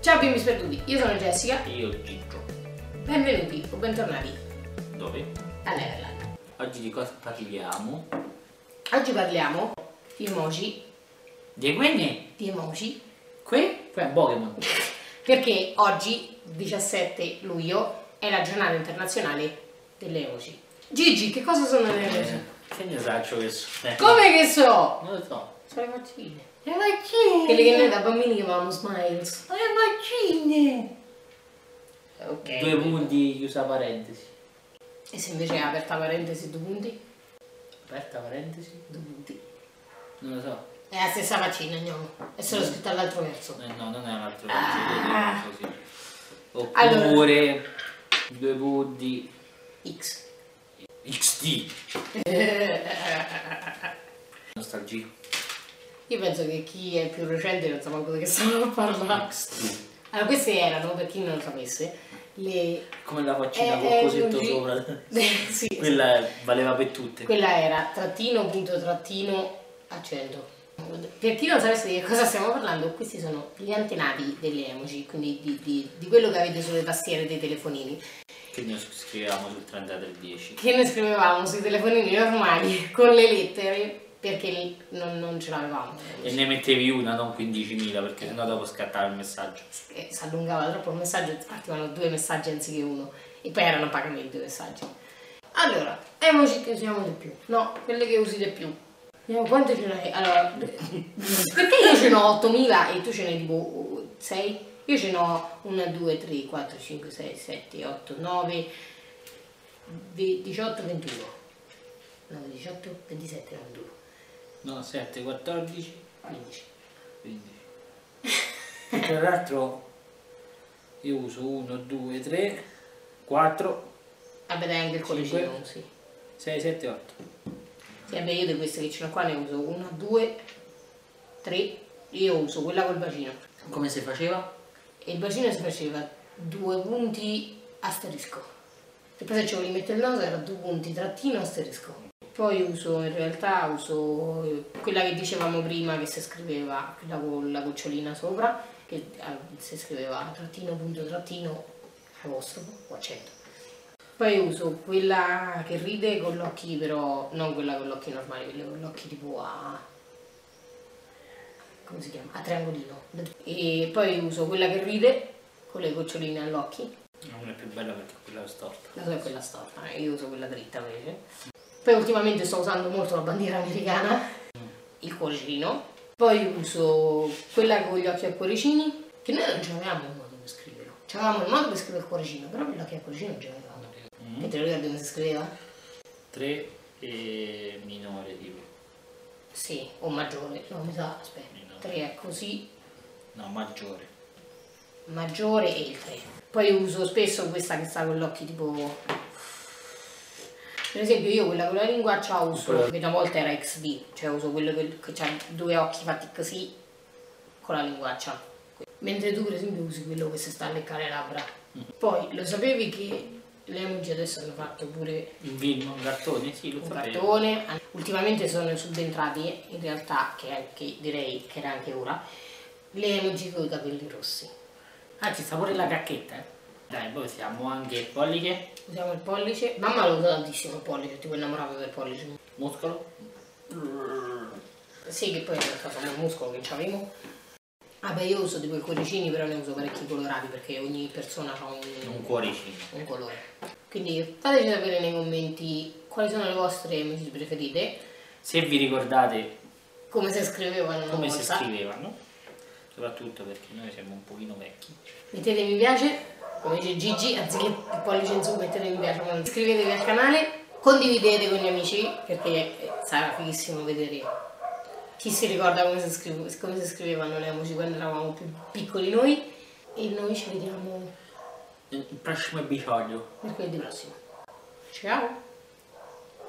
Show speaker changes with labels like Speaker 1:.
Speaker 1: Ciao bimbi sperduti, io sono Jessica,
Speaker 2: Io Gigio.
Speaker 1: benvenuti o bentornati
Speaker 2: Dove?
Speaker 1: a Neverland.
Speaker 2: Oggi di cosa parliamo?
Speaker 1: Oggi parliamo di emoji,
Speaker 2: Di quelle?
Speaker 1: di emoji,
Speaker 2: Que? Que è Pokémon.
Speaker 1: perché oggi, 17 luglio, è la giornata internazionale delle emoji. Gigi, che cosa sono le emoji?
Speaker 2: Che ne saccio che sono?
Speaker 1: Come che so?
Speaker 2: Non lo so.
Speaker 1: Sono le faccine.
Speaker 2: Le macchine!
Speaker 1: Quelle che noi da bambini chiamavamo smiles.
Speaker 2: macchine!
Speaker 1: Ok.
Speaker 2: Eh. Due punti chiusa parentesi.
Speaker 1: E se invece è aperta parentesi, due punti?
Speaker 2: Aperta parentesi?
Speaker 1: Due punti.
Speaker 2: Non lo so.
Speaker 1: È la stessa faccina, andiamo. È solo scritta all'altro verso.
Speaker 2: Eh, no, non è un altro
Speaker 1: Ah.
Speaker 2: così. Oppure due punti
Speaker 1: X.
Speaker 2: XD. Nostalgia.
Speaker 1: Io penso che chi è più recente non sa manco di che stiamo a parlare. Allora, queste erano, per chi non lo sapesse, le...
Speaker 2: Come la faccina
Speaker 1: Eh,
Speaker 2: col
Speaker 1: eh,
Speaker 2: cosetto
Speaker 1: non vi-
Speaker 2: sopra.
Speaker 1: sì,
Speaker 2: Quella valeva per tutte.
Speaker 1: quella era trattino, punto, trattino, accento. Per chi non sapesse di che cosa stiamo parlando, questi sono gli antenati delle emoji, quindi di, di- di quello che avete sulle tastiere dei telefonini,
Speaker 2: Che noi scrivevamo sul 3310.
Speaker 1: che noi scrivevamo sui telefonini normali con le lettere perché lì non, non ce l'avevamo.
Speaker 2: E ne mettevi una, non 15.000, perché sennò dopo scattava il messaggio.
Speaker 1: Eh, si allungava troppo il messaggio e partivano due messaggi anziché uno e poi erano pagamenti due messaggi allora emoji che usiamo di più no quelle che usi di più vediamo quante ce n'hai allora perché io ce n'ho 8000 e tu ce n'hai tipo 6 io ce n'ho 1 2 3 4 5 6 7 8 9 18 21 9 18 27 92
Speaker 2: No, 7, 14,
Speaker 1: 15
Speaker 2: 15. E Tra l'altro io uso 1, 2, 3, 4,
Speaker 1: vabbè dai anche il
Speaker 2: Cinque.
Speaker 1: collegio sì
Speaker 2: 6, 7, 8.
Speaker 1: Sì, vabbè, io di queste che ce l'ho qua ne uso una, due, tre. Io uso quella col bacino.
Speaker 2: Come si faceva?
Speaker 1: E il bacino si faceva due punti asterisco. E poi se ci volevi mettere il naso era due punti trattino asterisco. Poi uso, in realtà uso eh, quella che dicevamo prima che si scriveva, quella con la gocciolina sopra, che eh, si scriveva trattino punto trattino apostrofo o accento. Poi uso quella che ride con gli occhi però, non quella con gli occhi normali, quella con gli occhi tipo a... come si chiama? A triangolino. E poi uso quella che ride con le goccioline agli occhi,
Speaker 2: Non è più bella perché quella è storta.
Speaker 1: la sua è quella storta, eh, io uso quella dritta invece. Poi ultimamente sto usando molto la bandiera americana, il cuoricino. Poi uso quella con gli occhi a cuoricini, che noi non ce l'avevamo un modo per scriverlo. C'avevamo il modo per scrivere il cuoricino, però gli occhi a cuoricino non ce l'avevamo.
Speaker 2: Mm.
Speaker 1: E te lo ricordi come si scriveva?
Speaker 2: 3 e minore tipo.
Speaker 1: Sì, o maggiore, no, mi sa, aspetta.
Speaker 2: Minore.
Speaker 1: 3 è così,
Speaker 2: No, maggiore.
Speaker 1: maggiore e il 3. Poi uso spesso questa che sta con gli occhi tipo... Per esempio io quella con la lingua c'ha uso, che una volta era XD, cioè uso quello che, che ha due occhi fatti così con la linguaccia. Mentre tu per esempio usi quello che si sta a leccare le labbra. Poi lo sapevi che le emoji adesso hanno fatto pure
Speaker 2: Un film, un cartone? Sì, lo
Speaker 1: un
Speaker 2: sapevo.
Speaker 1: cartone. Ultimamente sono subentrati, in realtà, che anche, direi che era anche ora, le emoji con i capelli rossi.
Speaker 2: Ah, ci sta pure la cacchetta. eh. Dai, poi siamo anche polliche,
Speaker 1: Usiamo il pollice. Mamma lo usa tantissimo il pollice, tipo innamorata del pollice.
Speaker 2: muscolo.
Speaker 1: Sì, che poi in realtà sono un muscolo che c'avevo. Ah beh, io uso tipo i cuoricini, però ne uso parecchi colorati perché ogni persona ha
Speaker 2: Un
Speaker 1: un,
Speaker 2: cuoricino.
Speaker 1: un colore. Quindi fateci sapere nei commenti quali sono le vostre emoji preferite,
Speaker 2: Se vi ricordate
Speaker 1: come si scrivevano una
Speaker 2: come si
Speaker 1: volta.
Speaker 2: scrivevano, soprattutto perché noi siamo un pochino vecchi.
Speaker 1: mettete mi piace, come dice Gigi, anziché il pollice in su mettete mi piace, ma iscrivetevi al canale, condividete con gli amici perché eh, sarà fighissimo vedere chi si ricorda come si, scrive- come si scrivevano le emoji quando eravamo più piccoli noi e noi ci vediamo
Speaker 2: Il prossimo episodio.
Speaker 1: mercoledì prossimo. Ciao!